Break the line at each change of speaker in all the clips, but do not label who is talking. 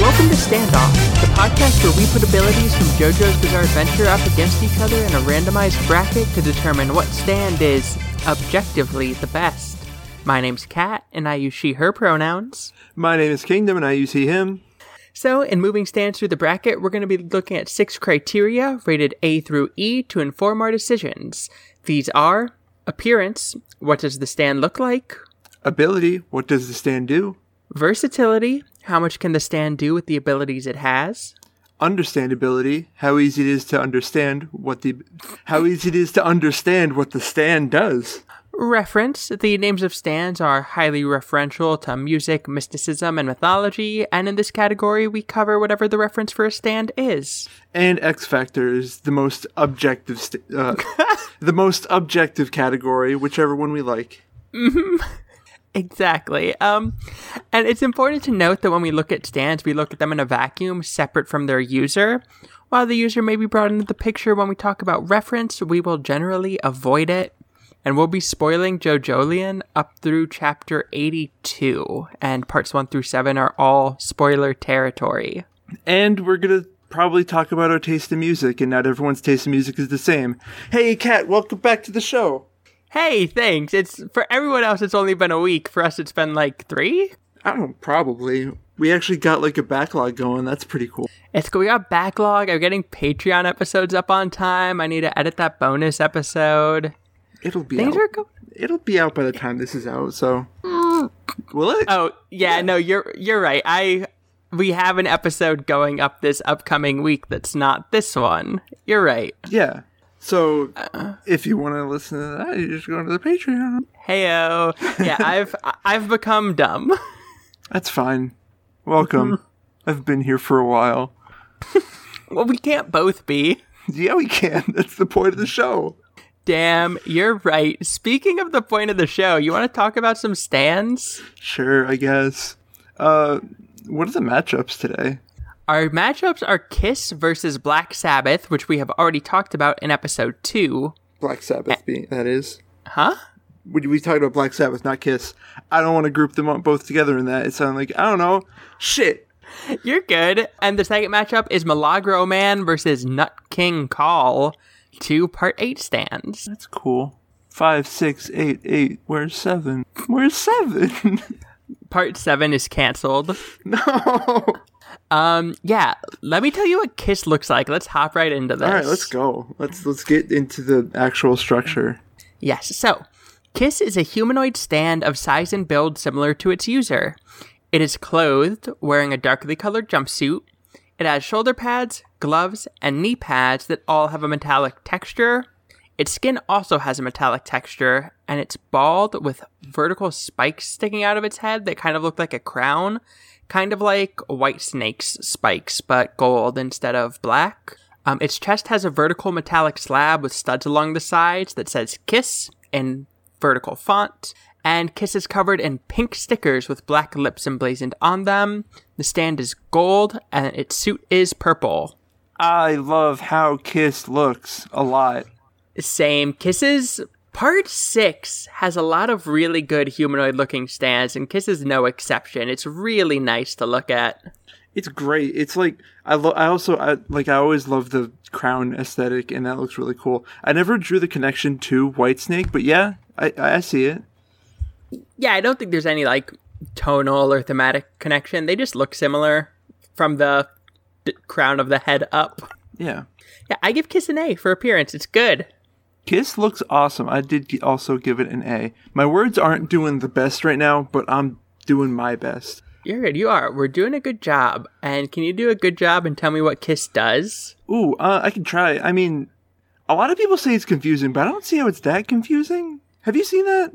Welcome to Standoff, the podcast where we put abilities from JoJo's Bizarre Adventure up against each other in a randomized bracket to determine what stand is objectively the best. My name's Kat, and I use she, her pronouns.
My name is Kingdom, and I use he, him.
So, in moving stands through the bracket, we're going to be looking at six criteria rated A through E to inform our decisions. These are appearance, what does the stand look like?
Ability, what does the stand do?
Versatility, how much can the stand do with the abilities it has?
Understandability, how easy it is to understand what the how easy it is to understand what the stand does.
Reference, the names of stands are highly referential to music, mysticism, and mythology, and in this category, we cover whatever the reference for a stand is.
And X factor is the most objective st- uh, the most objective category, whichever one we like.
Exactly. Um, and it's important to note that when we look at stands, we look at them in a vacuum, separate from their user. While the user may be brought into the picture when we talk about reference, we will generally avoid it. And we'll be spoiling JoJolian up through chapter 82, and parts 1 through 7 are all spoiler territory.
And we're gonna probably talk about our taste in music, and not everyone's taste in music is the same. Hey, Kat, welcome back to the show.
Hey, thanks. It's for everyone else, it's only been a week. For us, it's been like three.
I don't probably. We actually got like a backlog going. That's pretty cool.
It's cool. We got backlog. I'm getting Patreon episodes up on time. I need to edit that bonus episode.
It'll be
Things
out.
are go-
It'll be out by the time this is out. So will it?
Oh yeah, no, you're you're right. I we have an episode going up this upcoming week that's not this one. You're right.
Yeah. So if you want to listen to that, you just go to the Patreon.
Heyo. Yeah, I've I've become dumb.
That's fine. Welcome. I've been here for a while.
Well, we can't both be.
Yeah, we can. That's the point of the show.
Damn, you're right. Speaking of the point of the show, you want to talk about some stands?
Sure, I guess. Uh, what are the matchups today?
Our matchups are Kiss versus Black Sabbath, which we have already talked about in episode two.
Black Sabbath, being that is.
Huh?
We, we talked about Black Sabbath, not Kiss. I don't want to group them up both together in that. It sounded like I don't know. Shit.
You're good. And the second matchup is Milagro Man versus Nut King Call, two part eight stands.
That's cool. Five, six, eight, eight. Where's seven? Where's seven?
Part seven is canceled.
no.
Um, yeah, let me tell you what Kiss looks like. Let's hop right into this.
All right, let's go. Let's let's get into the actual structure.
Yes, so Kiss is a humanoid stand of size and build similar to its user. It is clothed, wearing a darkly colored jumpsuit. It has shoulder pads, gloves, and knee pads that all have a metallic texture. Its skin also has a metallic texture, and it's bald with vertical spikes sticking out of its head that kind of look like a crown, kind of like White Snake's spikes, but gold instead of black. Um, its chest has a vertical metallic slab with studs along the sides that says Kiss in vertical font. And Kiss is covered in pink stickers with black lips emblazoned on them. The stand is gold, and its suit is purple.
I love how Kiss looks a lot.
Same. Kisses Part 6 has a lot of really good humanoid looking stands, and Kiss is no exception. It's really nice to look at.
It's great. It's like I lo- I also I, like I always love the crown aesthetic and that looks really cool. I never drew the connection to Whitesnake, but yeah, I I see it.
Yeah, I don't think there's any like tonal or thematic connection. They just look similar from the d- crown of the head up.
Yeah.
Yeah, I give Kiss an A for appearance. It's good.
Kiss looks awesome. I did g- also give it an A. My words aren't doing the best right now, but I'm doing my best.
You're good. You are. We're doing a good job. And can you do a good job and tell me what Kiss does?
Ooh, uh, I can try. I mean, a lot of people say it's confusing, but I don't see how it's that confusing. Have you seen that?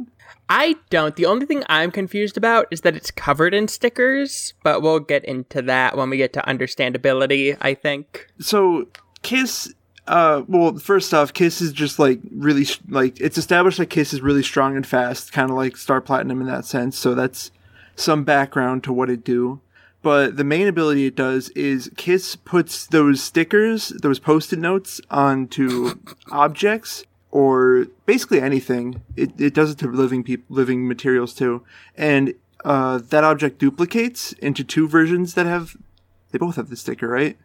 I don't. The only thing I'm confused about is that it's covered in stickers, but we'll get into that when we get to understandability, I think.
so kiss uh well first off kiss is just like really s- like it's established that kiss is really strong and fast kind of like star platinum in that sense so that's some background to what it do but the main ability it does is kiss puts those stickers those post-it notes onto objects or basically anything it, it does it to living peop living materials too and uh, that object duplicates into two versions that have They both have the sticker, right?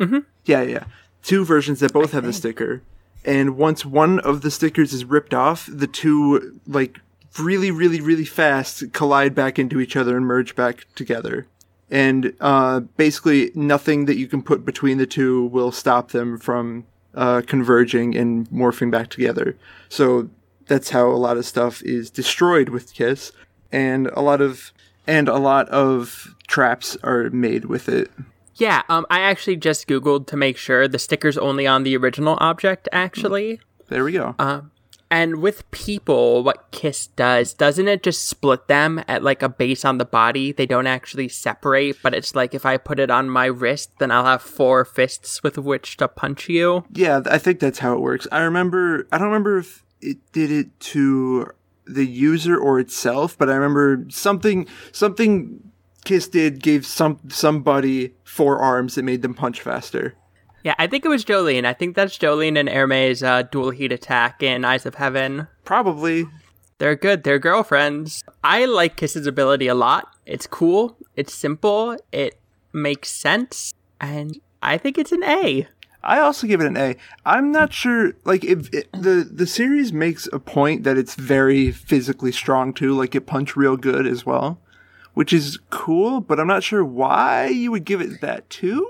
Mhm.
Yeah, yeah. Two versions that both have the sticker, and once one of the stickers is ripped off, the two like really, really, really fast collide back into each other and merge back together. And uh, basically, nothing that you can put between the two will stop them from uh, converging and morphing back together. So that's how a lot of stuff is destroyed with Kiss, and a lot of and a lot of traps are made with it.
Yeah, um, I actually just Googled to make sure the sticker's only on the original object, actually.
There we go.
And with people, what Kiss does, doesn't it just split them at like a base on the body? They don't actually separate, but it's like if I put it on my wrist, then I'll have four fists with which to punch you.
Yeah, th- I think that's how it works. I remember. I don't remember if it did it to the user or itself, but I remember something. Something Kiss did gave some somebody four arms that made them punch faster.
Yeah, I think it was Jolene. I think that's Jolene and Hermes' uh, dual heat attack in Eyes of Heaven.
Probably.
They're good. They're girlfriends. I like Kiss's ability a lot. It's cool. It's simple. It makes sense. And I think it's an A.
I also give it an A. I'm not sure. Like, if it, the the series makes a point that it's very physically strong too. Like, it punched real good as well, which is cool. But I'm not sure why you would give it that too.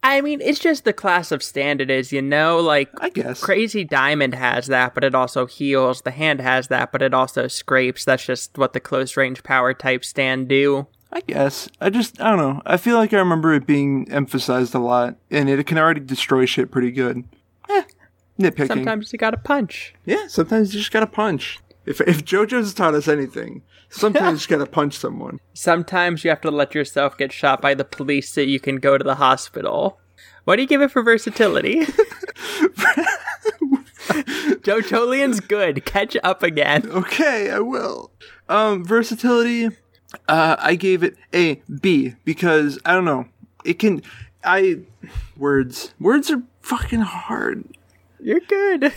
I mean, it's just the class of stand it is, you know? Like,
I guess.
Crazy Diamond has that, but it also heals. The hand has that, but it also scrapes. That's just what the close range power type stand do.
I guess. I just, I don't know. I feel like I remember it being emphasized a lot, and it can already destroy shit pretty good. Eh, nitpicking.
Sometimes you gotta punch.
Yeah, sometimes you just gotta punch. If, if JoJo's taught us anything, sometimes you just gotta punch someone.
Sometimes you have to let yourself get shot by the police so you can go to the hospital. What do you give it for versatility? Joe Jolien's good. Catch up again.
Okay, I will. Um, versatility, uh, I gave it a B because, I don't know, it can, I, words. Words are fucking hard.
You're good.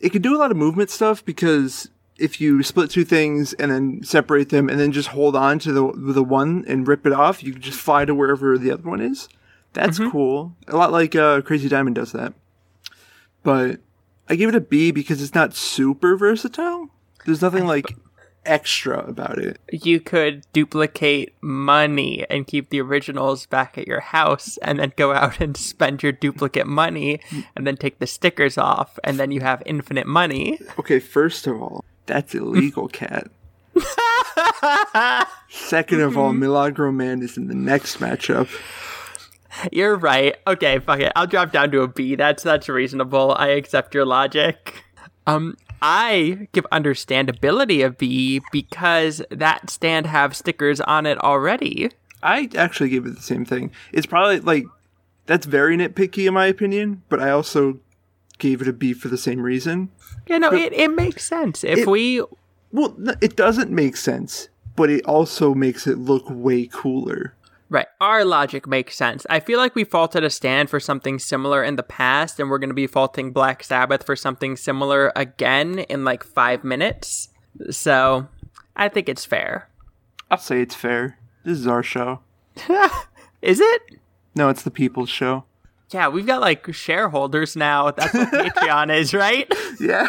it can do a lot of movement stuff because if you split two things and then separate them and then just hold on to the the one and rip it off, you can just fly to wherever the other one is. That's cool. A lot like uh, Crazy Diamond does that. But I give it a B because it's not super versatile. There's nothing like extra about it.
You could duplicate money and keep the originals back at your house and then go out and spend your duplicate money and then take the stickers off and then you have infinite money.
Okay, first of all, that's illegal, cat. Second of all, Milagro Man is in the next matchup.
You're right. Okay, fuck it. I'll drop down to a B. That's that's reasonable. I accept your logic. Um, I give understandability a B because that stand have stickers on it already.
I actually gave it the same thing. It's probably like that's very nitpicky in my opinion, but I also gave it a B for the same reason.
You know, it, it makes sense. If
It-
we
Well, n- it doesn't make sense, but it also makes it look way cooler.
Right. Our logic makes sense. I feel like we faulted a stand for something similar in the past, and we're going to be faulting Black Sabbath for something similar again in like five minutes. So I think it's fair.
I'll say it's fair. This is our show.
Is it?
No, it's the people's show.
Yeah, we've got like shareholders now. That's what Patreon is, right?
Yeah.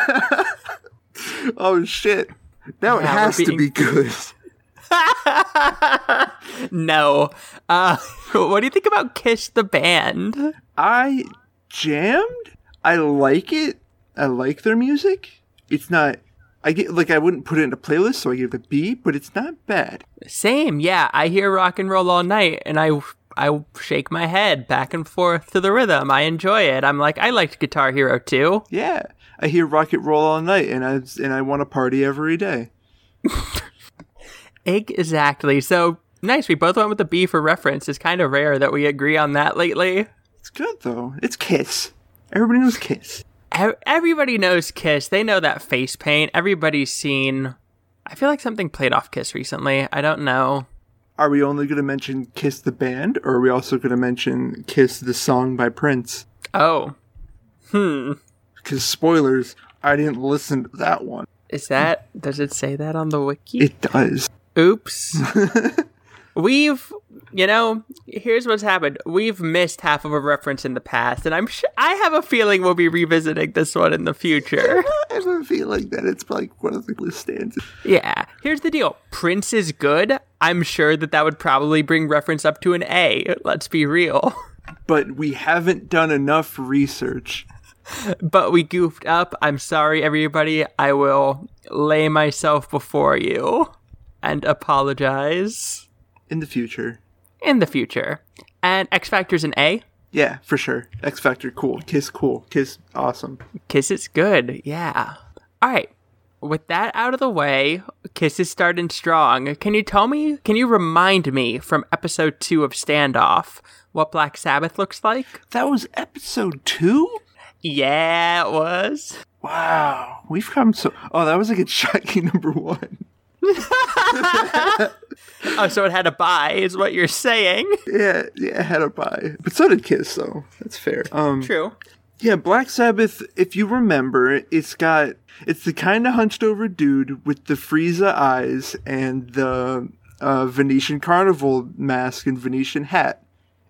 oh shit. Now it
Yeah, we're
has to
being-
be good.
No. Uh, what do you think about Kiss the Band?
I jammed. I like it. I like their music. It's not. I get like I wouldn't put it in a playlist, so I give it a B. But it's not bad.
Same. Yeah, I hear rock and roll all night, and I I shake my head back and forth to the rhythm. I enjoy it. I'm like, I liked Guitar Hero too.
Yeah, I hear rocket roll all night, and I and I want to party every day.
Exactly. So nice. We both went with the B for reference. It's kind of rare that we agree on that lately.
It's good though. It's Kiss. Everybody knows Kiss.
Ev- Everybody knows Kiss. They know that face paint. Everybody's seen. I feel like something played off Kiss recently. I don't know.
Are we only going to mention Kiss the band, or are we also going to mention Kiss the song by Prince?
Oh,
Because spoilers, I didn't listen to that one.
is that? Does it say that on the wiki?
It does.
Oops. We've, you know, here's what's happened. We've missed half of a reference in the past, and I'm sure I have a feeling we'll be revisiting this one in the future.
I have a feeling that it's like one of the coolest stanzas.
yeah. Here's the deal. Prince is good. I'm sure that that would probably bring reference up to an A. Let's be real.
But we haven't done enough research.
But we goofed up. I'm sorry, everybody. I will lay myself before you and apologize
In the future.
in the future. And X Factor's an A.
Yeah, for sure. X Factor, cool. Kiss, cool. Kiss, awesome.
Kiss is good. Yeah. All right. With that out of the way, Kiss is starting strong. Can you tell me, can you remind me from episode two of Standoff what Black Sabbath looks like?
That was episode two?
Yeah, it was.
Wow. We've come so. Oh, that was like a shocking number one.
Oh, so it had a buy, is what you're saying.
Yeah, yeah, I had a buy. But so did Kiss, though. That's fair. Um,
True.
Yeah, Black Sabbath, if you remember, it's got it's the kind of hunched over dude with the Frieza eyes and the uh, Venetian carnival mask and Venetian hat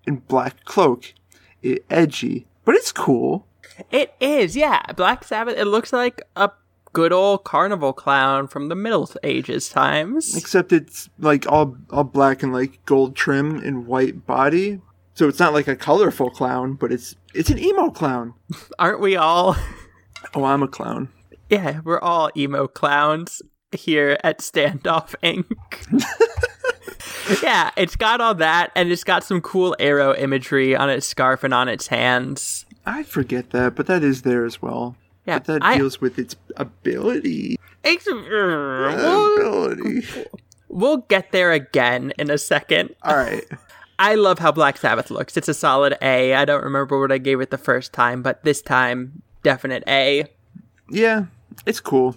and black cloak. It, edgy, but it's cool.
It is, yeah. Black Sabbath, it looks like a good old carnival clown from the Middle Ages times.
Except it's like all all black and like gold trim and white body. So it's not like a colorful clown, but it's it's an emo clown.
Aren't we all?
Oh, I'm a clown.
Yeah, we're all emo clowns here at Standoff Inc. yeah, it's got all that, and it's got some cool arrow imagery on its scarf and on its hands.
I forget that, but that is there as well.
Yeah,
but that
I-
deals with its ability.
It's- we'll,
ability.
we'll get there again in a second.
All right.
I love how Black Sabbath looks. It's a solid A. I don't remember what I gave it the first time, but this time, definite A.
Yeah, it's cool.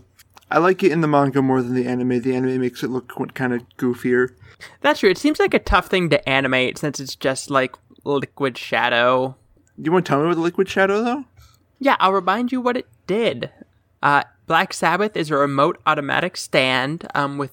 I like it in the manga more than the anime. The anime makes it look kind of goofier.
That's true. It seems like a tough thing to animate since it's just like liquid shadow.
You want to tell me about the Liquid Shadow though?
Yeah, I'll remind you what it did. Uh, Black Sabbath is a remote automatic stand um, with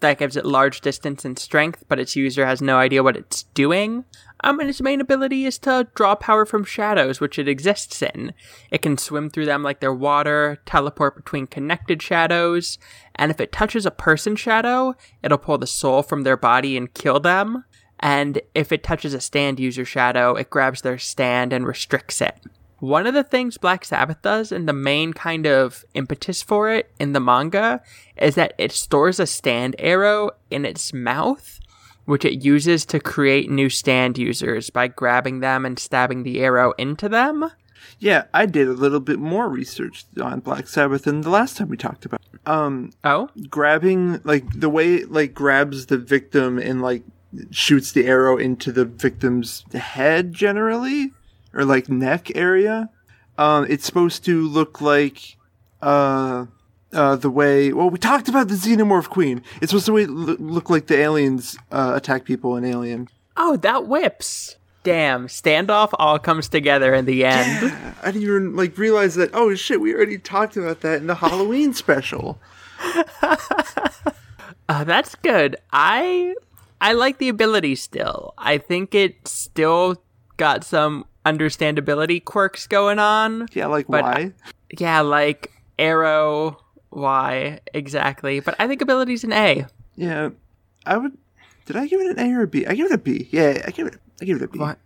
that gives it large distance and strength, but its user has no idea what it's doing. Um, and its main ability is to draw power from shadows, which it exists in. It can swim through them like they're water, teleport between connected shadows, and if it touches a person shadow, it'll pull the soul from their body and kill them. And if it touches a stand user shadow, it grabs their stand and restricts it. One of the things Black Sabbath does, and the main kind of impetus for it in the manga, is that it stores a stand arrow in its mouth, which it uses to create new stand users by grabbing them and stabbing the arrow into them.
Yeah, I did a little bit more research on Black Sabbath than the last time we talked about. it. Um,
Oh,
grabbing like the way it, like grabs the victim and like shoots the arrow into the victim's head generally or like neck area um it's supposed to look like uh uh the way well we talked about the xenomorph queen it's supposed to wait- lo- look like the aliens uh, attack people in alien
oh, that whips! Damn, standoff all comes together in the end.
i didn't even like realize that oh shit we already talked about that in the halloween special
Uh, that's good. I I like the ability still. I think it still got some understandability quirks going on.
yeah like
But
why
Yeah, like arrow. Why exactly? But I think ability's an A.
Yeah, I would. Did I give it an A or a B? I give it a B. Yeah, I give it. I give it a B.
What?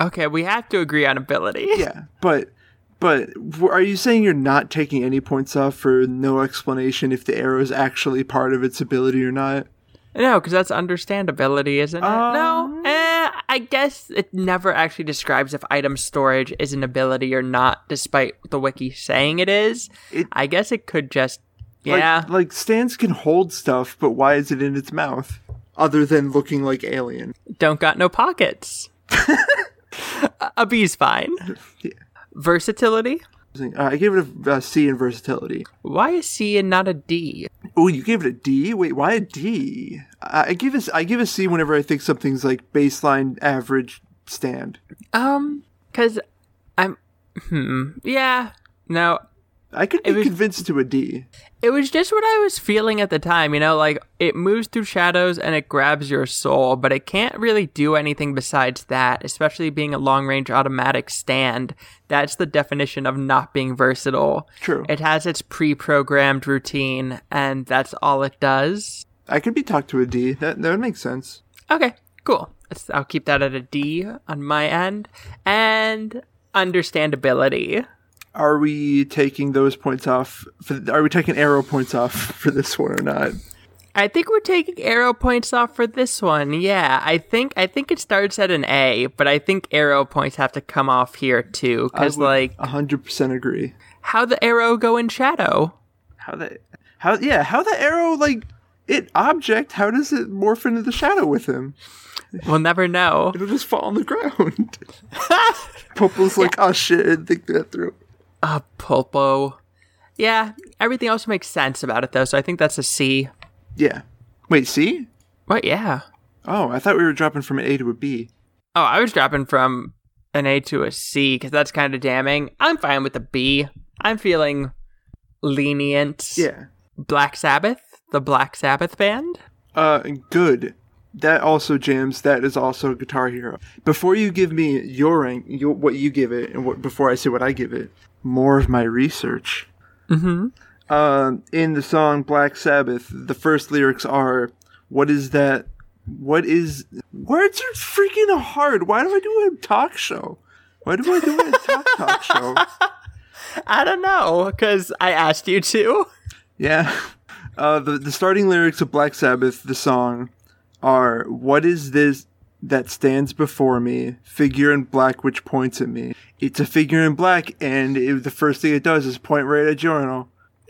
Okay, we have to agree on ability.
Yeah, but but w- are you saying you're not taking any points off for no explanation if the arrow is actually part of its ability or not?
No, because that's understandability, isn't it? no,
Um.
eh, I guess it never actually describes if item storage is an ability or not, despite the wiki saying it is.
It-
I guess it could just,
Like-
yeah.
Like, stands can hold stuff, but why is it in its mouth? Other than looking like alien.
don't got no pockets. a bee's fine.
Yeah.
Versatility.
Uh, I gave it a, uh C in versatility.
Why is C and not a D?
Oh, you gave it a D. Wait, why a D? I, I give a, I give a C whenever I think something's like baseline average stand.
Um, cause I'm. Hmm. Yeah. No.
I could be
was-
convinced to a D.
It was just what I was feeling at the time, you know, like it moves through shadows and it grabs your soul, but it can't really do anything besides that, especially being a long range automatic stand. That's the definition of not being versatile.
True.
It has its pre programmed routine, and that's all it does.
I could be talked to a D. That that would make sense.
Okay, cool. That's- I'll keep that at a D on my end. And understandability.
Are we taking those points off? For, are we taking arrow points off for this one or not?
I think we're taking arrow points off for this one. Yeah, I think I think it starts at an A, but I think arrow points have to come off here too, because like
hundred percent agree.
how the arrow go in shadow?
How the how yeah how the arrow like it object? How does it morph into the shadow with him?
We'll never know.
It'll just fall on the ground. Popo's like, oh shit, I didn't think that through.
Ah, pulpo. Yeah, everything else makes sense about it though, so I think that's a C.
Yeah. Wait, see?
What? Yeah.
Oh, I thought we were dropping from an A to a B.
Oh, I was dropping from an A to a C because that's kind of damning. I'm fine with a B. I'm feeling lenient.
Yeah.
Black Sabbath, the Black Sabbath band.
Uh, good. That also jams. That is also Guitar Hero. Before you give me your rank, your, what you give it, and what before I say what I give it, more of my research.
Mm-hmm.
Um, in the song Black Sabbath, the first lyrics are, "What is that? What is words are freaking hard. Why do I do a talk show? Why do I do a talk talk show?"
I don't know because I asked you to.
Yeah. Uh, the, the starting lyrics of Black Sabbath, the song, are What is this that stands before me? Figure in black which points at me. It's a figure in black, and it, the first thing it does is point right at Journal.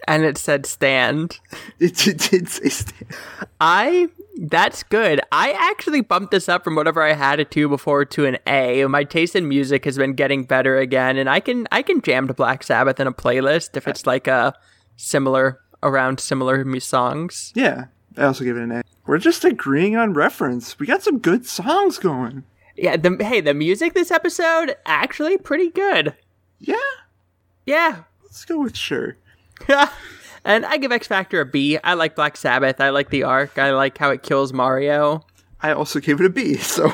And it said stand.
It, it, it's a stand.
I that's good. I actually bumped this up from whatever I had it to before to an A. My taste in music has been getting better again, and I can I can jam to Black Sabbath in a playlist if it's like a similar around similar mu- songs.
Yeah, I also give it an A. We're just agreeing on reference. We got some good songs going.
Yeah. The, hey, the music this episode actually pretty good.
Yeah,
Yeah.
let's go with sure.
and I give X Factor a B. I like Black Sabbath. I like the arc. I like how it kills Mario.
I also gave it a B, so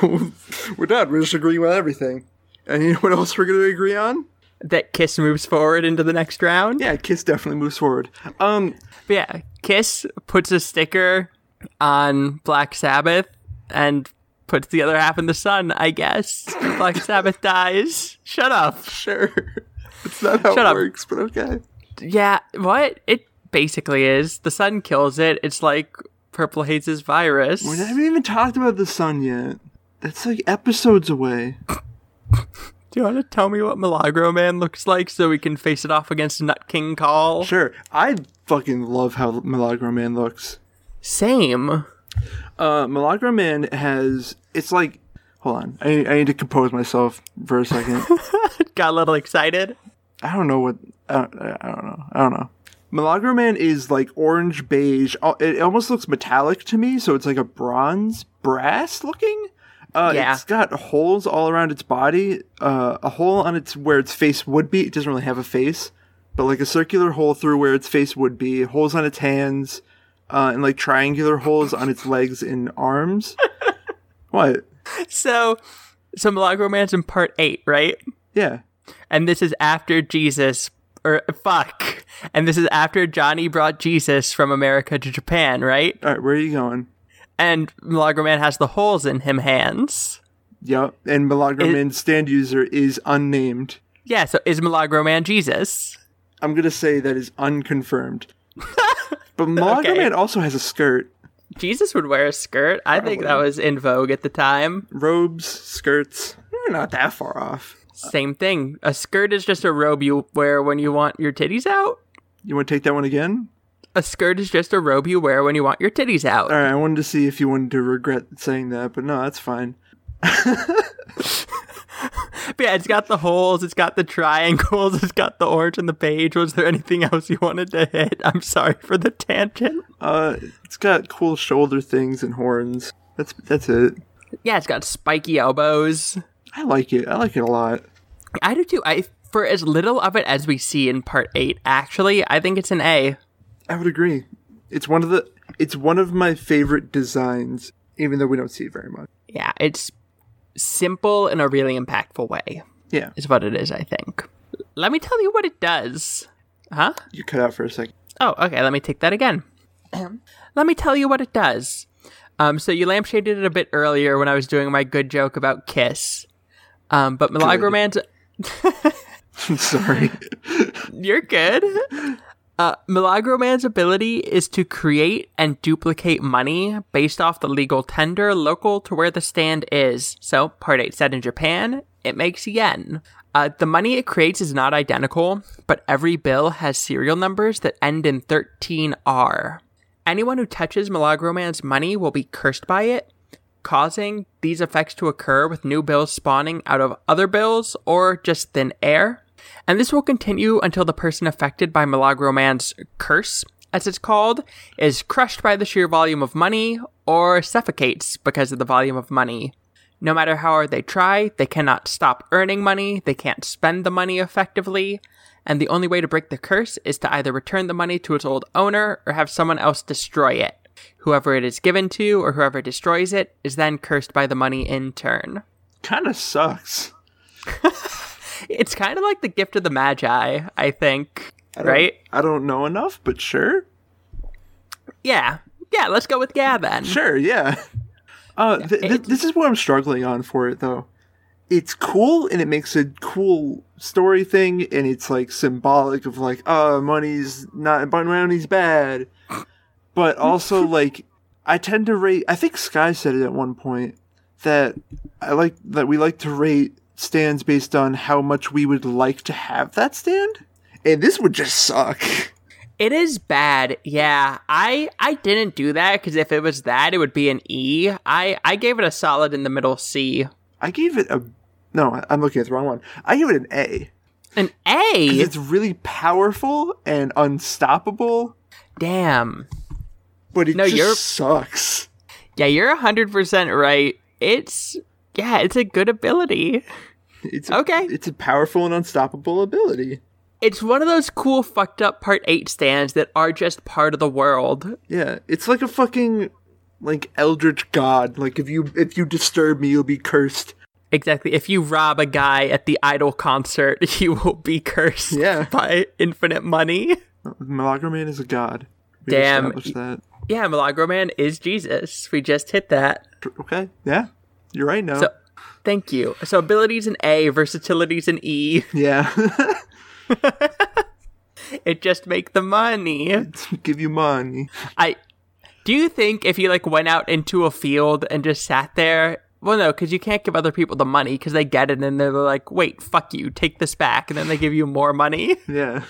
we're done. We're just agreeing on everything. And you know what else we're going to agree on?
that Kiss moves forward into the next round.
Yeah, Kiss definitely moves forward. Um,
But yeah, Kiss puts a sticker on Black Sabbath and puts the other half in the sun, I guess. Black Sabbath dies. Shut up.
sure. It's not how
Shut
it
up.
works, but okay.
Yeah, what? It basically is. The sun kills it. It's like Purple hates his virus.
We haven't even talked about the sun yet. That's like episodes away.
Do you want to tell me what Milagro Man looks like so we can face it off against Nut King Call?
Sure, I fucking love how Milagro Man looks.
Same.
Uh, Milagro Man has it's like, hold on, I, I need to compose myself for a second.
Got a little excited.
I don't know what I don't, I don't know. I don't know. Milagro Man is like orange beige. Al- It almost looks metallic to me, so it's like a bronze brass looking. Uh,
Yeah.
It's got holes all around its body. Uh, a hole on its where its face would be. It doesn't really have a face, but like a circular hole through where its face would be. Holes on its hands, uh, and like triangular holes on its legs and arms. what?
So, so Milagro Man's in part eight, right?
Yeah.
and this is after Jesus or fuck. And this is after Johnny brought Jesus from America to Japan, right?
All right. Where are you going?
And Milagro Man has the holes in him hands.
Yep. And Milagro
It-
Man's stand user is unnamed.
Yeah, so is Milagro Man Jesus?
I'm gonna say that is unconfirmed. but Milagro
Okay.
Man also has a skirt,
Jesus would wear a skirt. I think that was in vogue at the time.
robes, skirts. We're not that far off.
Same thing. A skirt is just a robe you wear when you want your titties out.
You want to take that one again?
A skirt is just a robe you wear when you want your titties out.
All right, I wanted to see if you wanted to regret saying that, but no, that's fine.
But yeah, it's got the holes, it's got the triangles, it's got the orange and the beige. Was there anything else you wanted to hit? I'm sorry for the tangent.
Uh, it's got cool shoulder things and horns. That's that's it.
Yeah, it's got spiky elbows.
I like it. I like it a lot.
I do too. I for as little of it as we see in part eight, actually, I think it's an A.
I would agree. It's one of the it's one of my favorite designs, even though we don't see it very much.
Yeah, it's simple in a really impactful way,
Yeah.
is what it is, I think. Let me tell you what it does. Huh?
You cut out for a second.
Oh, okay. Let me take that again. let me tell you what it does. Um, so you lampshaded it a bit earlier when I was doing my good joke about Kiss. Um, but Milagro Man's
Sorry.
You're good. Uh, Milagro Man's ability is to create and duplicate money based off the legal tender local to where the stand is. So, Part 8 said in Japan, it makes yen. Uh, the money it creates is not identical, but every bill has serial numbers that end in 13R. Anyone who touches Milagro Man's money will be cursed by it, causing these effects to occur with new bills spawning out of other bills or just thin air. And this will continue until the person affected by Milagro Man's curse, as it's called, is crushed by the sheer volume of money or suffocates because of the volume of money. No matter how hard they try, they cannot stop earning money, they can't spend the money effectively, and the only way to break the curse is to either return the money to its old owner or have someone else destroy it. Whoever it is given to or whoever destroys it is then cursed by the money in turn.
Kinda sucks.
It's kind of like the gift of the Magi, I think. right?
I don't know enough, but sure.
Yeah. Yeah, let's go with yeah then.
Sure, yeah. Uh, th- th- this is what I'm struggling on for it though. It's cool and it makes a cool story thing, and it's like symbolic of like, oh, money's not, but money's bad. But also like, I tend to rate. I think Sky said it at one point that I like that we like to rate stands based on how much we would like to have that stand, and this would just suck.
It is bad. Yeah. I I didn't do that cuz if it was that it would be an E. I I gave it a solid in the middle C.
I gave it a no. I'm looking at the wrong one. I gave it an A.
An
'Cause
A.
it's really powerful and unstoppable,
Damn.
but it
No,
just
you're-
sucks.
Yeah, you're 100% right. It's yeah, it's a good ability.
It's a,
Okay.
It's a powerful and unstoppable ability.
It's one of those cool fucked up part 8 stands that are just part of the world.
Yeah, it's like a fucking like eldritch god. Like if you if you disturb me, you'll be cursed.
Exactly. If you rob a guy at the idol concert, you will be cursed
Yeah.
by infinite money.
Milagro Man is a god. We
Damn.
established that.
Yeah, Milagro Man is Jesus. We just hit that.
Okay. Yeah. You're right now.
So, thank you. So, abilities an A, versatility's an E.
yeah.
It just make the money.
Give you money.
I do you think if you like went out into a field and just sat there? Well, no, because you can't give other people the money because they get it and they're like, "Wait, fuck you, take this back," and then they give you more money.
Yeah.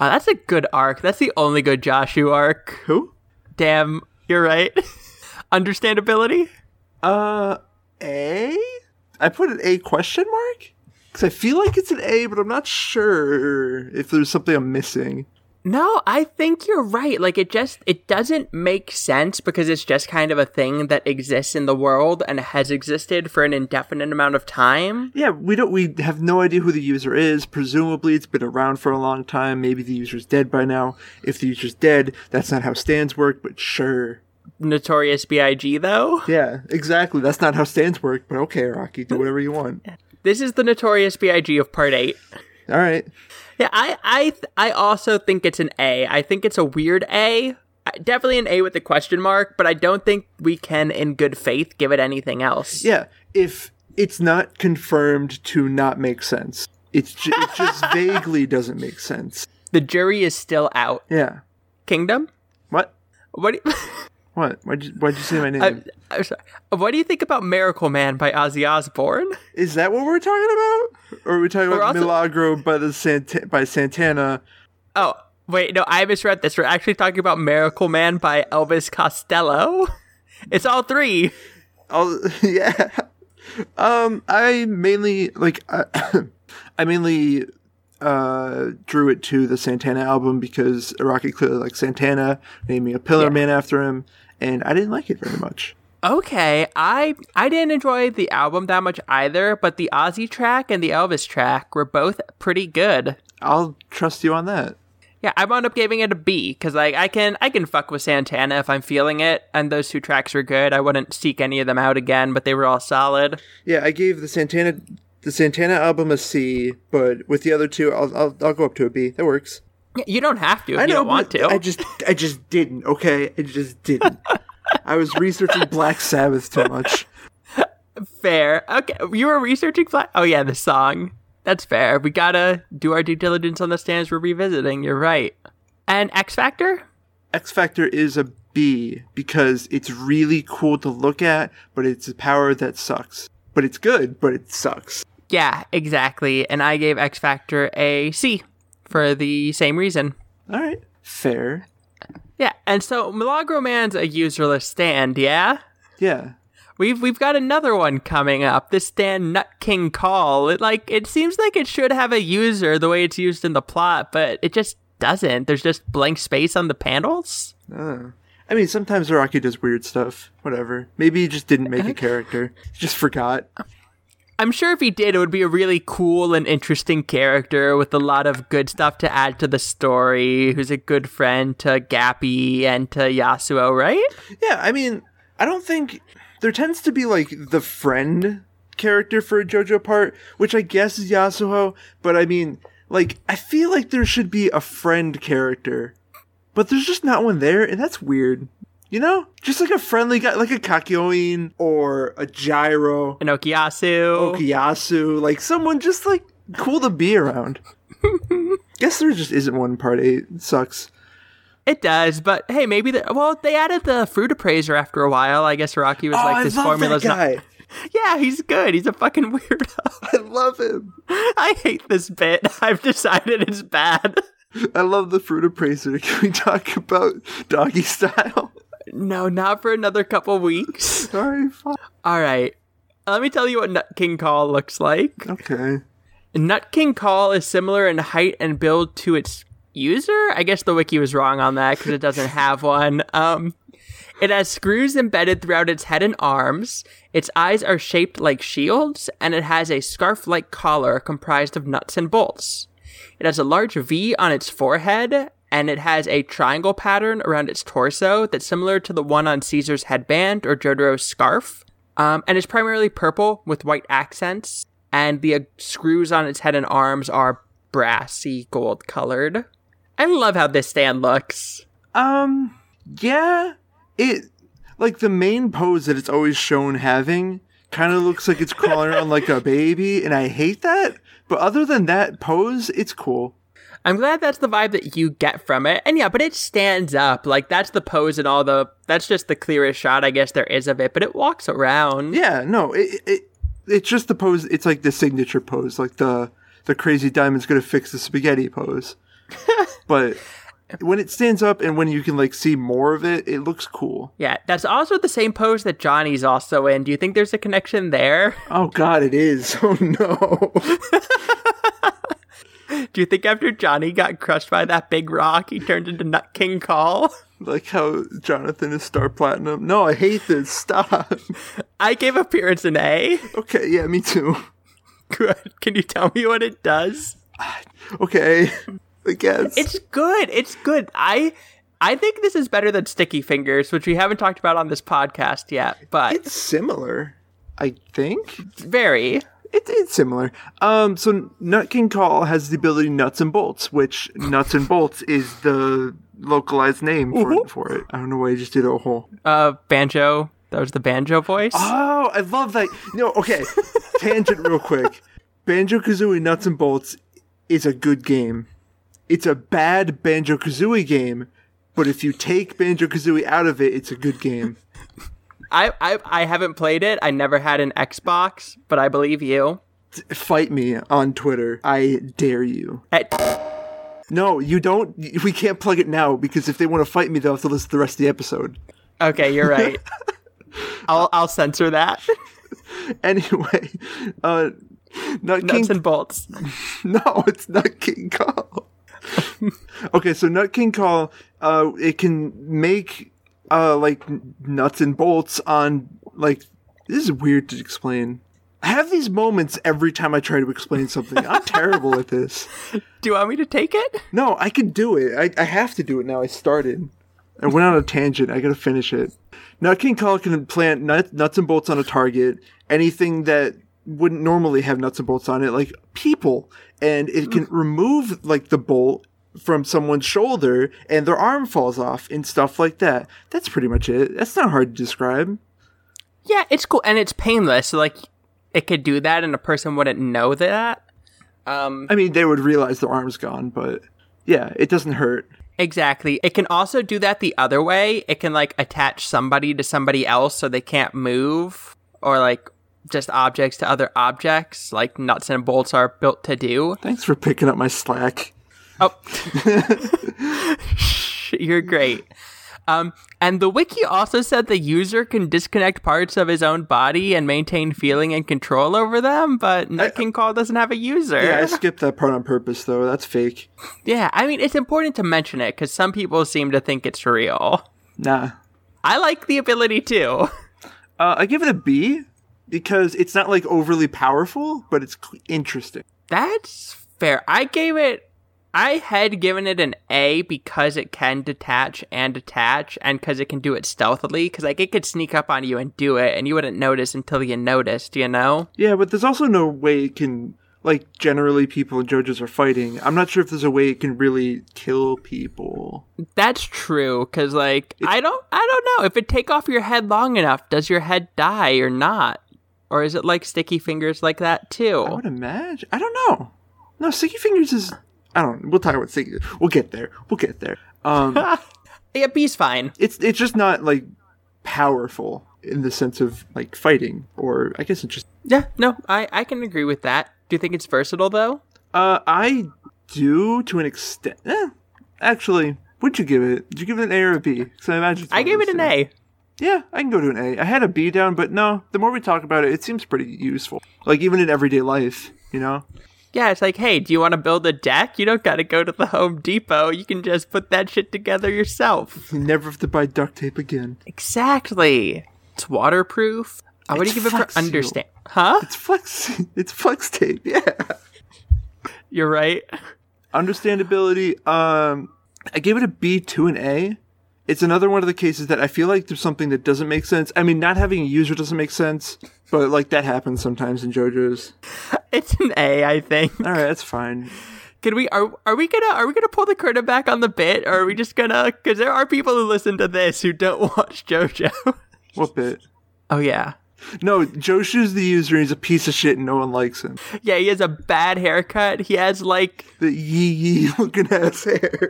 Uh, that's a good arc. That's the only good Joshu arc.
Who?
Damn, you're right. Understandability?
Uh, A? I put an A question mark? Because I feel like it's an A, but I'm not sure if there's something I'm missing.
No, I think you're right. Like it just it doesn't make sense because it's just kind of a thing that exists in the world and has existed for an indefinite amount of time.
Yeah, we don't. We have no idea who the user is. Presumably, it's been around for a long time. Maybe the user's dead by now. If the user's dead, that's not how stands work. But sure.
Notorious B.I.G. though.
Yeah, exactly. That's not how stands work. But okay, Rocky, do whatever you want.
This is the Notorious B.I.G. of part 8.
All right.
Yeah, I I th- I also think it's an A. I think it's a weird A. I- Definitely an A with a question mark, but I don't think we can in good faith give it anything else.
Yeah, if it's not confirmed to not make sense, it's ju- it just vaguely doesn't make sense.
The jury is still out.
Yeah.
Kingdom?
What?
What do you-
What? Why'd you, why'd you say my name?
I'm, I'm sorry. What do you think about Miracle Man by Ozzy Osbourne?
Is that what we're talking about? Or are we talking about
also-
Milagro by the Sant- by Santana?
Oh, wait, no, I misread this. We're actually talking about Miracle Man by Elvis Costello. It's all three.
Oh yeah. Um, I mainly like I, I mainly uh drew it to the Santana album because Rocky clearly likes Santana, named me a Pillar Man after him, and I didn't like it very much.
Okay, I I didn't enjoy the album that much either, but the Ozzy track and the Elvis track were both pretty good.
I'll trust you on that.
Yeah, I wound up giving it a B because like I can I can fuck with Santana if I'm feeling it, and those two tracks were good. I wouldn't seek any of them out again, but they were all solid.
Yeah, I gave the Santana the Santana album a C, but with the other two, I'll I'll, I'll go up to a B. That works.
Y- You don't have to if you don't want
but
to.
I just I just didn't. Okay, I just didn't. I was researching Black Sabbath too much.
Fair. Okay, you were researching Fla- Oh yeah, the song. That's fair. We gotta do our due diligence on the stands we're revisiting. You're right. And X Factor.
X Factor is a B because it's really cool to look at, but it's a power that sucks. But it's good, but it sucks.
Yeah, exactly. And I gave X Factor a C for the same reason.
All right, fair.
Yeah, and so Milagro Man's a userless stand, yeah?
Yeah,
We've we've got another one coming up. This stand Nut King Call. It like it seems like it should have a user the way it's used in the plot, but it just doesn't. There's just blank space on the panels.
Oh. I mean, sometimes Araki does weird stuff. Whatever. Maybe he just didn't make a character. He just forgot.
I'm sure if he did, it would be a really cool and interesting character with a lot of good stuff to add to the story. Who's a good friend to Gappy and to Yasuo, right?
Yeah, I mean, I don't think there tends to be like the friend character for a JoJo part, which I guess is Yasuho, but I mean, like I feel like there should be a friend character. But there's just not one there, and that's weird. You know? Just like a friendly guy like a Kakyoin or a Gyro,
And Okuyasu.
Okuyasu, like someone just like cool to be around. Guess there just isn't one part eight. It sucks.
It does, but hey, maybe the well they added the fruit appraiser after a while. I guess Rocky
Oh,
was like, "This formula's not." Yeah, he's good. He's a fucking weirdo.
I love him.
I hate this bit. I've decided it's bad.
I love the fruit appraiser. Can we talk about doggy style?
No, not for another couple weeks.
Sorry. fu-
All right, let me tell you what Nut King Call looks like.
Okay.
Nut King Call is similar in height and build to its user. I guess the wiki was wrong on that because it doesn't have one. Um, it has screws embedded throughout its head and arms. Its eyes are shaped like shields, and it has a scarf like collar comprised of nuts and bolts. It has a large V on its forehead, and it has a triangle pattern around its torso that's similar to the one on Caesar's headband or Jotaro's scarf. Um, and it's primarily purple with white accents, and the uh, screws on its head and arms are brassy gold colored. I love how this stand looks.
Um. Yeah. It like the main pose that it's always shown having kind of looks like it's crawling around like a baby, and I hate that. But other than that pose, it's cool.
I'm glad that's the vibe that you get from it. And yeah, but it stands up. Like that's the pose and all the that's just the clearest shot I guess there is of it, but it walks around.
Yeah, no, it, it it's just the pose. It's like the signature pose, like the the crazy diamond's gonna fix the spaghetti pose. but when it stands up and when you can like see more of it, it looks cool.
Yeah, that's also the same pose that Johnny's also in. Do you think there's a connection there?
Oh God, it is. Oh no.
Do you think after Johnny got crushed by that big rock, he turned into Nut King Call?
like how Jonathan is star platinum. No, I hate this. Stop.
I gave appearance an A.
okay, yeah, me too.
Good. Can you tell me what it does?
Okay, I guess.
It's good. It's good. I I think this is better than Sticky Fingers, which we haven't talked about on this podcast yet, but
it's similar. I think.
very.
It, it's similar. Um, so Nut King Call has the ability Nuts and Bolts, which Nuts and Bolts is the localized name for, for it. I don't know why I just did a whole.
Uh banjo. That was the banjo voice.
Oh, I love that. No, okay. Tangent, real quick. Banjo Kazooie Nuts and Bolts is a good game. It's a bad Banjo Kazooie game, but if you take Banjo Kazooie out of it, it's a good game.
I, I I haven't played it. I never had an Xbox, but I believe you.
Fight me on Twitter. I dare you.
At-
No, you don't. We can't plug it now because if they want to fight me, they'll have to listen to the rest of the episode.
okay, you're right. I'll I'll censor that.
Anyway, uh, Nut King.
Nuts and bolts.
no, it's Nut King Call. okay, so Nut King Call, uh, it can make uh like n- nuts and bolts on like this is weird to explain. I have these moments every time I try to explain something. I'm terrible at this.
Do you want me to take it?
No, I can do it. I, I have to do it now. I started. I went on a tangent. I gotta finish it. Nut King Call can plant nut, nuts and bolts on a target. Anything that wouldn't normally have nuts and bolts on it, like people, and it can remove like the bolt from someone's shoulder, and their arm falls off and stuff like that. That's pretty much it. That's not hard to describe.
Yeah, it's cool and it's painless. So, like it could do that and a person wouldn't know that. Um
I mean, they would realize their arm's gone, but yeah, it doesn't hurt.
exactly. It can also do that the other way. It can like attach somebody to somebody else so they can't move or like just objects to other objects like nuts and bolts are built to do.
Thanks for picking up my slack.
Oh, you're great. Um, and the wiki also said the user can disconnect parts of his own body and maintain feeling and control over them, but Nut King Call doesn't have a user.
Yeah, I skipped that part on purpose, though. That's fake.
Yeah, I mean, it's important to mention it because some people seem to think it's real.
Nah.
I like the ability too.
Uh, I give it a B because it's not like overly powerful, but it's cl- interesting.
That's fair. I gave it. I had given it an A because it can detach and attach, and because it can do it stealthily. Because like it could sneak up on you and do it, and you wouldn't notice until you noticed. You know?
Yeah, but there's also no way it can like generally people in JoJo's are fighting. I'm not sure if there's a way it can really kill people.
That's true. Because like I don't. I don't know if it take off your head long enough. Does your head die or not? Or is it like sticky fingers like that too?
I would imagine. I don't know. No, Sticky Fingers is. I don't. We'll talk about Sticky. We'll get there. We'll get there. Um,
yeah, B's fine.
it's it's just not like powerful in the sense of like fighting or I guess it's just
Yeah, no, I, I can agree with that. Do you think it's versatile though?
Uh, I do to an extent. Eh, actually, would you give it? Did you give it an A or a B? Because I imagine it's
I
one of
gave it
those
an
things.
A.
Yeah, I can go to an A. I had a B down, but no. The more we talk about it, it seems pretty useful. Like even in everyday life, you know.
Yeah, it's like, hey, do you want to build a deck? You don't got to go to the Home Depot. You can just put that shit together yourself.
You never have to buy duct tape again.
Exactly. It's waterproof. Uh, what do you
It's
give it for
flexible.
understand? Huh?
It's flex. It's flex tape. Yeah.
You're right.
Understandability. Um, I gave it a B to an A. It's another one of the cases that I feel like there's something that doesn't make sense. I mean, not having a user doesn't make sense, but like that happens sometimes in JoJo's.
It's an A, I think.
All right, that's fine.
Can we are are we gonna are we gonna pull the curtain back on the bit, or are we just gonna? Because there are people who listen to this who don't watch JoJo.
Whoop it.
oh yeah,
No, Joshu's the user. He's a piece of shit, and no one likes him.
yeah. He has a bad haircut. He has like
The yee yee looking ass hair.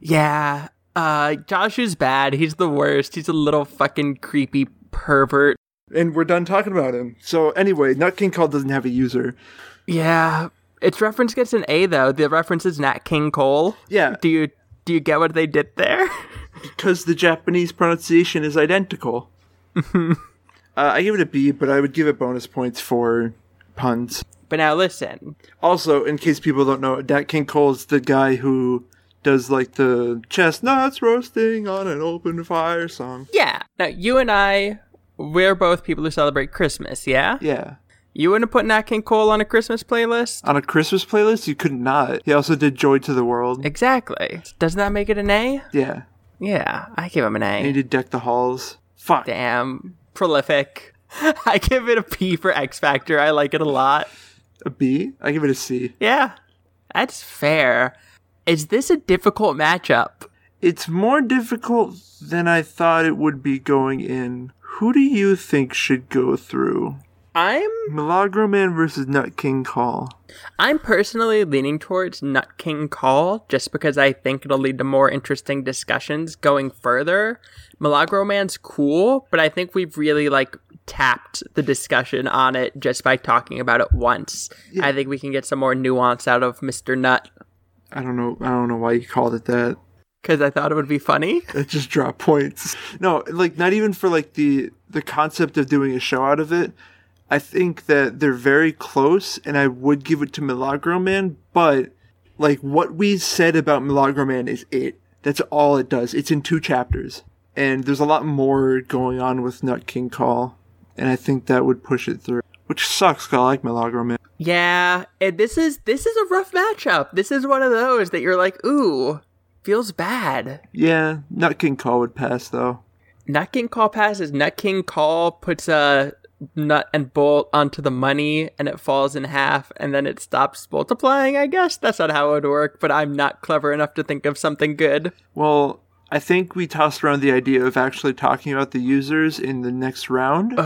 Yeah. Uh, Josh is bad. He's the worst. He's a little fucking creepy pervert.
and we're done talking about him. So anyway, Nut King Call doesn't have a user.
Yeah. Its reference gets an A though. The reference is Nat King Cole.
Yeah,
Do you do you get what they did there?
because the Japanese pronunciation is identical. uh, I give it a B, but I would give it bonus points for puns.
But now listen.
Also, in case people don't know, Nat King Cole is the guy who does like the chestnuts roasting on an open fire song.
Yeah. Now you and I, we're both people who celebrate Christmas. Yeah.
Yeah.
You wouldn't put Nat King Cole on a Christmas playlist.
on a Christmas playlist, you could not. He also did Joy to the World.
Exactly. Doesn't that make it an A?
Yeah.
Yeah, I give him an
And he
A.
did Deck the Halls. Fuck.
Damn, prolific. I give it a P for X Factor. I like it a lot.
A B? I give it a C.
Yeah, that's fair. Is this a difficult matchup?
It's more difficult than I thought it would be going in. Who do you think should go through?
I'm
Milagro Man versus Nut King Call.
I'm personally leaning towards Nut King Call just because I think it'll lead to more interesting discussions going further. Milagro Man's cool, but I think we've really like tapped the discussion on it just by talking about it once. I think we can get some more nuance out of Mr. Nut
I don't know. I don't know why you called it that.
because I thought it would be funny.
That just dropped points. No, like not even for like the the concept of doing a show out of it. I think that they're very close, and I would give it to Milagro Man, but like what we said about Milagro Man is it. That's all it does. It's in two chapters, and there's a lot more going on with Nut King Call, and I think that would push it through, which sucks. 'cause I like Milagro Man.
Yeah, and this is this is a rough matchup. This is one of those that you're like, ooh, feels bad.
Yeah, Nut King Call would pass though.
Nut King Call passes. Nut King Call puts a nut and bolt onto the money, and it falls in half, and then it stops multiplying. I guess that's not how it would work, but I'm not clever enough to think of something good.
Well, I think we tossed around the idea of actually talking about the users in the next round.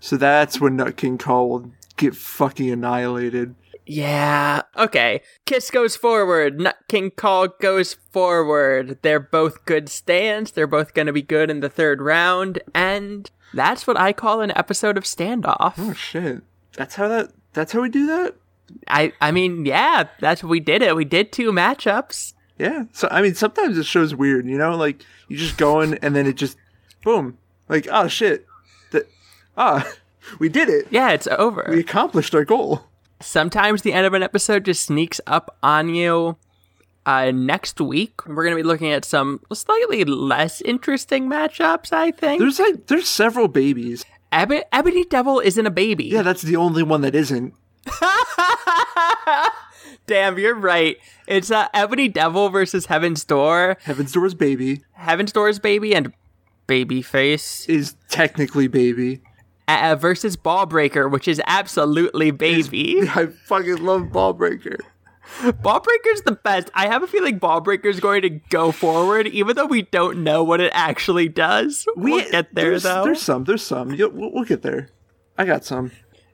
So that's when Nut King Call will get fucking annihilated.
Yeah. Okay. Kiss goes forward. Nut King Call goes forward. They're both good stands. They're both going to be good in the third round. And that's what I call an episode of
Oh
Standoff.
shit. That's how that that's how we do that?
I, I mean, yeah, that's what we did it. We did two matchups.
Yeah. So I mean sometimes the show's weird, you know, like you just go in and then it just boom. Like, oh shit. That ah we did it.
Yeah, it's over.
We accomplished our goal.
Sometimes the end of an episode just sneaks up on you. Uh, next week, we're going to be looking at some slightly less interesting matchups, I think.
There's like there's several babies.
Ebony, Ebony Devil isn't a baby.
Yeah, that's the only one that isn't.
Damn, you're right. It's uh, Ebony Devil versus Heaven's Door.
Heaven's Door's baby
Heaven's Door's baby and Babyface
is technically baby.
uh, versus Ballbreaker, which is absolutely baby.
I fucking love Ballbreaker.
Ballbreaker's the best. I have a feeling Ballbreaker's going to go forward, even though we don't know what it actually does. We, will get there
there's,
though.
There's some. There's some. You'll, we'll, we'll get there. I got some.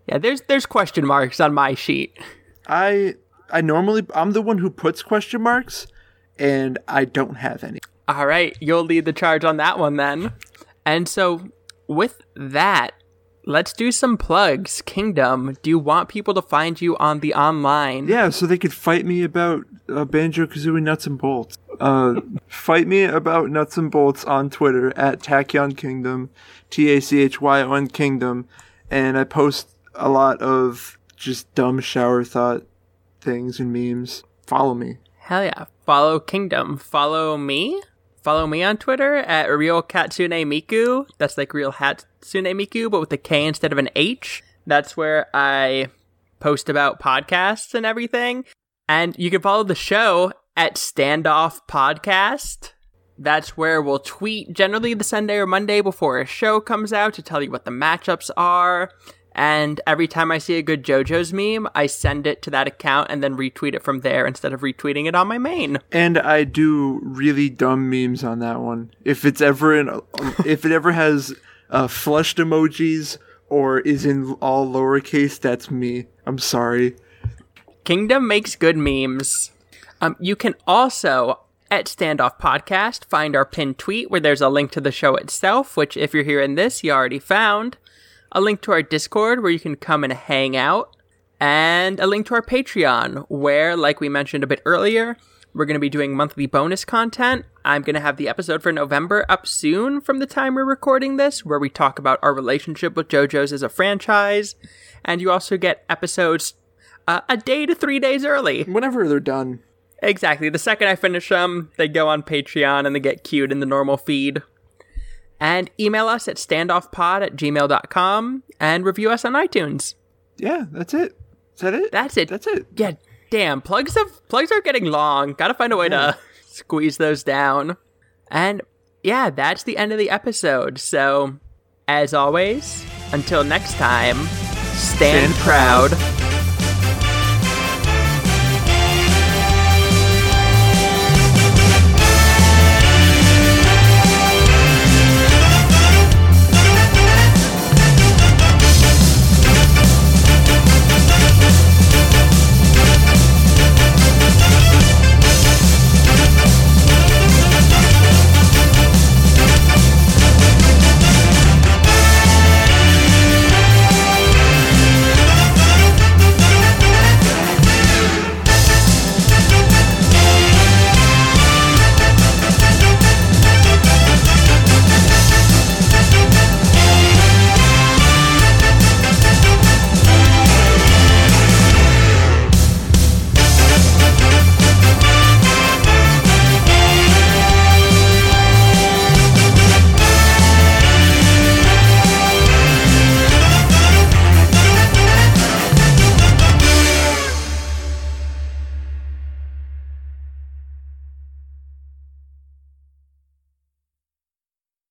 Yeah, there's there's question marks on my sheet.
I I normally I'm the one who puts question marks, and I don't have any.
All right, you'll lead the charge on that one then. And so, with that, let's do some plugs. Kingdom, do you want people to find you on the online?
Yeah, so they could fight me about uh, Banjo Kazooie nuts and bolts. Uh, fight me about nuts and bolts on Twitter at Tachyon Kingdom, T A C H Y O N Kingdom, and I post a lot of just dumb shower thought things and memes. Follow me.
Hell yeah. Follow Kingdom. Follow me. Follow me on Twitter at Real Katsune Miku. That's like Real Hatsune Miku, but with a K instead of an H. That's where I post about podcasts and everything. And you can follow the show at Standoff Podcast. That's where we'll tweet generally the Sunday or Monday before a show comes out to tell you what the matchups are. And every time I see a good JoJo's meme, I send it to that account and then retweet it from there instead of retweeting it on my main.
And I do really dumb memes on that one. If it's ever in, if it ever has uh, flushed emojis or is in all lowercase, that's me. I'm sorry.
Kingdom makes good memes. Um, you can also at Standoff Podcast find our pinned tweet where there's a link to the show itself, which if you're hearing this, you already found. A link to our Discord where you can come and hang out, and a link to our Patreon where, like we mentioned a bit earlier, we're going to be doing monthly bonus content. I'm going to have the episode for November up soon from the time we're recording this, where we talk about our relationship with JoJo's as a franchise. And you also get episodes uh, a day to three days early.
Whenever they're done,
Exactly. The second I finish them, they go on Patreon and they get queued in the normal feed. And email us at standoffpod at gmail.com and review us on iTunes.
yeah, that's it. Is that it?
That's it.
That's it.
yeah, damn. Plugs have plugs are getting long. Gotta find a way to squeeze those down. And yeah, that's the end of the episode. So as always, until next time, stand,
Stand
proud.
proud.